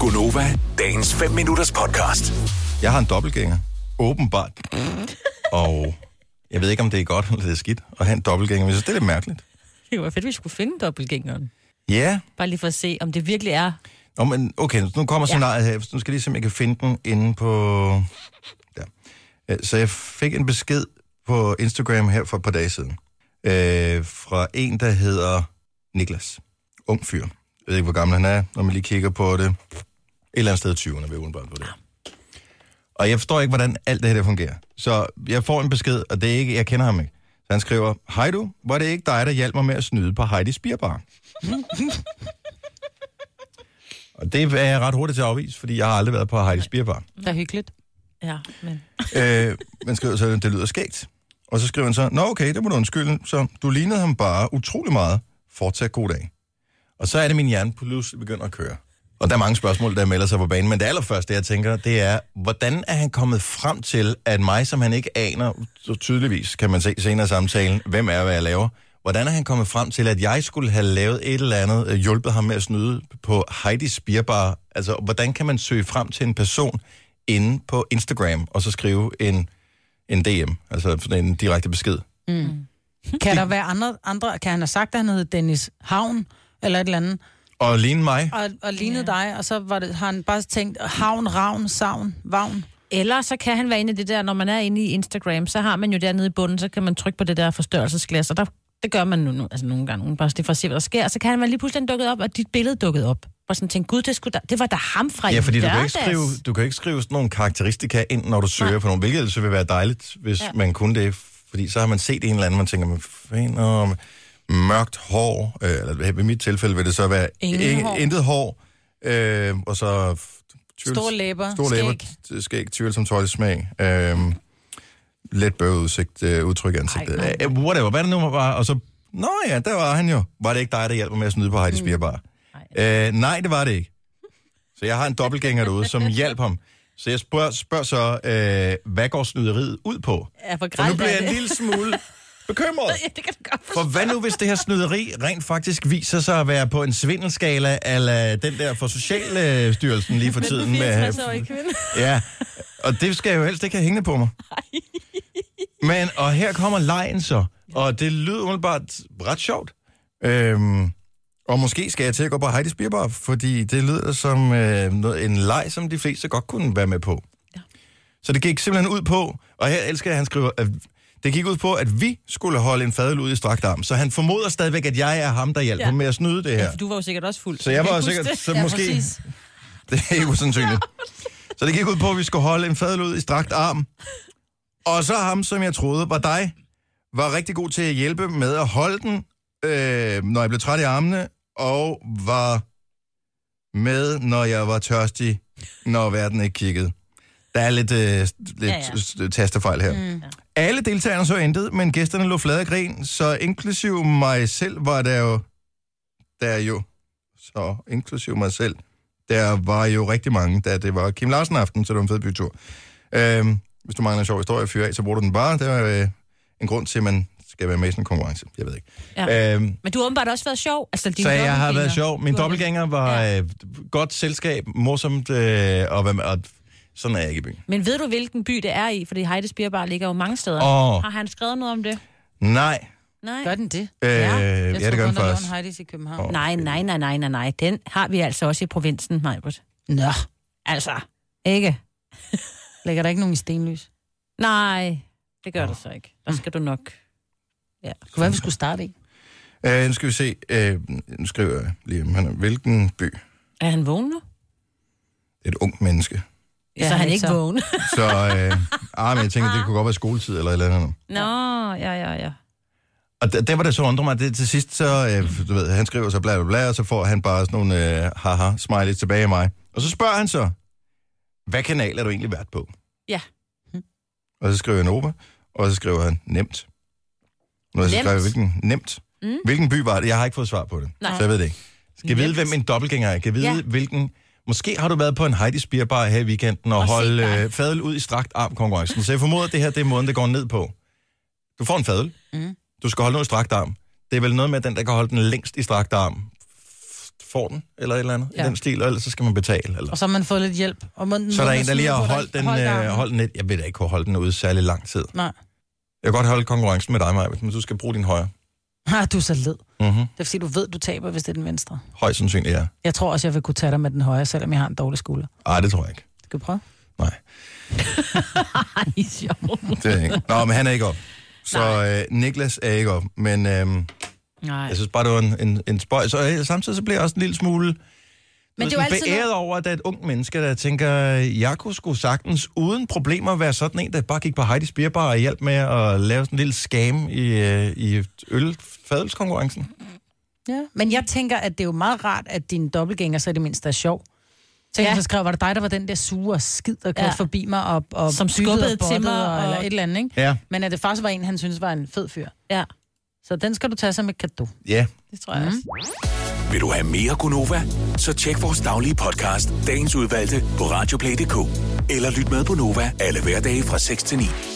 Gunova, dagens 5 minutters podcast. Jeg har en dobbeltgænger. Åbenbart. Og jeg ved ikke, om det er godt eller det er skidt at have en dobbeltgænger, men jeg synes, det er lidt mærkeligt. Det var fedt, at vi skulle finde dobbeltgængeren. Ja, Bare lige for at se, om det virkelig er... Nå, men okay, nu kommer scenariet her. Nu skal jeg lige se, om jeg kan finde den inde på... Der. Øh, Så jeg fik en besked på Instagram her for et par dage siden. Øh, fra en, der hedder Niklas. Ung fyr. Jeg ved ikke, hvor gammel han er, når man lige kigger på det. Et eller andet sted i 20'erne, vil jeg udenbart på det. Og jeg forstår ikke, hvordan alt det her det fungerer. Så jeg får en besked, og det er ikke, jeg kender ham ikke. Så han skriver, Hej du, var det ikke dig, der hjalp mig med at snyde på Heidi's Bierbar? Og det er jeg ret hurtigt til at afvise, fordi jeg har aldrig været på Heidi's Bierbar. Der er hyggeligt. Ja, men... Øh, man skriver så, det lyder skægt. Og så skriver han så, nå okay, det må du undskylde, så du lignede ham bare utrolig meget. Fortsat god dag. Og så er det, min hjerne pludselig begynder at køre. Og der er mange spørgsmål, der melder sig på banen, men det allerførste, jeg tænker, det er, hvordan er han kommet frem til, at mig, som han ikke aner, så tydeligvis kan man se senere i samtalen, hvem er, hvad jeg laver, hvordan er han kommet frem til, at jeg skulle have lavet et eller andet, øh, hjulpet ham med at snyde på Heidi Spierbar? Altså, hvordan kan man søge frem til en person inde på Instagram, og så skrive en, en DM, altså sådan en direkte besked? Kan der være andre, andre, kan han have sagt, at han hed Dennis Havn, eller et eller andet, Og ligne mig? og, og lignede ja. dig, og så var det, har han bare tænkt, Havn, Ravn, Savn, Vagn. Eller så kan han være inde i det der, når man er inde i Instagram, så har man jo dernede i bunden, så kan man trykke på det der forstørrelsesglas, og der, det gør man nu, nu altså nogle gange, nogle bare det er for at se, hvad der sker. Og så kan han være lige pludselig dukket op, og dit billede dukket op. Og sådan tænke, gud, det, skulle da, det var da ham fra Ja, i fordi du kan, ikke lørdags." skrive, du kan ikke skrive sådan nogle karakteristika ind, når du søger altså. Nej. på nogen, hvilket ellers ville være dejligt, hvis ja. man kunne det. Fordi så har man set en eller anden, man tænker, men fanden, åh, mørkt hår, øh, eller i mit tilfælde vil det så være Ingen hår. intet hår, øh, og så... f- tvivls- Store læber, store læber skæg. skæg, tvivl som tøjlig smag, øh, let bøvet udsigt, øh, udtryk i ansigtet. nej. Øh, whatever, hvad det nu var, og så... Nå ja, der var han jo. Var det ikke dig, der hjalp mig med at snyde på Heidi Spierbar? Mm. Øh, nej, det var det ikke. Så jeg har en dobbeltgænger derude, som hjalp ham. Så jeg spørger, spørger så, øh, hvad går snyderiet ud på? Ja, for Og nu grælt bliver er jeg en det. lille smule bekymret. Ja, det kan du godt For hvad nu, hvis det her snyderi rent faktisk viser sig at være på en svindelskala, eller den der for Socialstyrelsen lige for tiden? med, 64-årig kvinde. Ja, og det skal jeg jo helst ikke have hængende på mig. Men, og her kommer lejen så, og det lyder umiddelbart ret sjovt. Øhm, og måske skal jeg til at gå på Heidi's Bierbar, fordi det lyder som øh, noget, en leg, som de fleste godt kunne være med på. Så det gik simpelthen ud på, og her elsker jeg, at han skriver, at det gik ud på, at vi skulle holde en fadel ud i strakt arm. Så han formoder stadigvæk, at jeg er ham, der hjalp Ja. ja. ham med at snyde det her. Ja. for Du var jo sikkert også fuld. Så jeg var kan jo ikke huske sikkert, det. så måske... Det er ikke usandsynligt. Så det gik ud på, at vi skulle holde en fadel ud i strakt arm. Og så ham, som jeg troede var dig, var rigtig god til at hjælpe med at holde den, øh, når jeg blev træt i armene, og var med, når jeg var tørstig, når verden ikke kiggede. Der er lidt, øh, lidt ja, Ja, ja. ja. tastefejl her. Mm. Alle deltagerne så intet, men gæsterne lå flade af grin, så inklusive mig selv var der jo... Der er jo... Så inklusive mig selv, der var jo rigtig mange, da det var Kim Larsen aften, så det var en fed bytur. Øhm, hvis du mangler en sjov historie at fyre af, så bruger du den bare. Det er øh, en grund til, at man skal være med i sådan en konkurrence. Jeg ved ikke. Ja. Ja. Øhm, Men du har åbenbart også været sjov. Altså, din så jeg har været dobbeltgænger. sjov. Min Du har- dobbeltgænger var Ja. ja. øh, godt selskab, morsomt, øh, og, hvad med, og sådan er jeg ikke i byen. Men ved du, hvilken by det er i? Fordi Heides Bierbar ligger jo mange steder. Åh. Har han skrevet noget om det? Nej. Nej. Gør den det? Øh, ja, Jeg ja, det gør tror den kun, der lå faktisk. en Heidi's i København. Åh. Nej, nej, nej, nej, nej, nej. Den har vi altså også i provinsen, Majbert. Nå, Altså, ikke? lægger der ikke nogen i stenlys? Det Nej, det gør det så ikke. Der skal du nok... kunne være, vi skulle starte en. Øh, nu skal vi se. Øh, nu skriver jeg lige, om han er, hvilken by? Det Er han vågen nu? er et ungt menneske. Ja, så er han ikke vågen. Så øh, ah, men jeg tænker, det kunne godt være skoletid eller et eller andet. Nå, ja, ja, ja. Og der, der var det så undrer mig, det til sidst, så, øh, du ved, han skriver så bla bla bla, og så får han bare sådan nogle øh, haha smiley tilbage af mig. Og så spørger han så, hvad kanal er du egentlig vært på? Ja. Og så skriver jeg Nova, og så skriver han nemt. Og så Nemt? skriver jeg, hvilken nemt. Mm. Hvilken by var det? Jeg har ikke fået svar på det, Nej. så jeg ved det ikke. Skal jeg vide, Nemt. hvem en dobbeltgænger er? Skal jeg vide, Ja. ja. hvilken... Måske har du været på en Heidi Spierbar her i weekenden og, Og og set holdt dig. øh, fadel ud i strakt arm konkurrencen. Så jeg formoder, at det her det er måden, det går ned på. Du får en fadel. Du skal holde noget i strakt arm. Det er vel noget med, at den, der kan holde den længst i strakt arm, får den, eller et eller andet ja. Ja. i den stil, og ellers så skal man betale. Eller. Og så har man fået lidt hjælp. Og man, Så er der en, der lige har man- holdt den, holdt øh, armen. holdt den lidt. Jeg ved da ikke, hvor holdt den ude særlig lang tid. Nej. Jeg kan godt holde konkurrencen med dig, Maja, men du skal bruge din højre. Ah, du er så led. Mm-hmm. Det er fordi, du ved, du taber, hvis det er den venstre. Højst sandsynligt, ja. Jeg tror også, jeg vil kunne tage dig med den højre, selvom jeg har en dårlig skulder. Ej, det tror jeg ikke. Skal vi prøve? Nej, Ej, sjov. det er jeg ikke. Nå, men han er ikke op. Så øh, Niklas er ikke op. Men øh, Nej. jeg synes bare, det var en, en, en spøjs. Og øh, samtidig så bliver jeg også en lille smule Men men det det er jo altid altid beæret over, at der er et ung menneske, der tænker, jeg kunne sgu sagtens uden problemer være sådan en, der bare gik på Heidi's Beer Bar og hjalp med at lave sådan en lille scam i, øh, i ølfadelskonkurrencen. Ja. Men jeg tænker, at det er jo meget rart, at din dobbeltgænger så i det mindste er sjov. Tænk, Ja. ja. så skrev, var det dig, der var den der sure skid, der kørte Ja. ja. forbi mig og, og Som dyttede skubbede og til bottede mig, Og, og- eller et eller andet, ikke? Ja. Men at det faktisk var en, han synes var en fed fyr. Ja, Så den skal du tage som et kado. Ja. det tror jeg mm. også. Vil du have mere Gunova? Så tjek vores daglige podcast, dagens udvalgte, på radioplay.dk. Eller lyt med på Nova alle hverdage fra 6 til 9.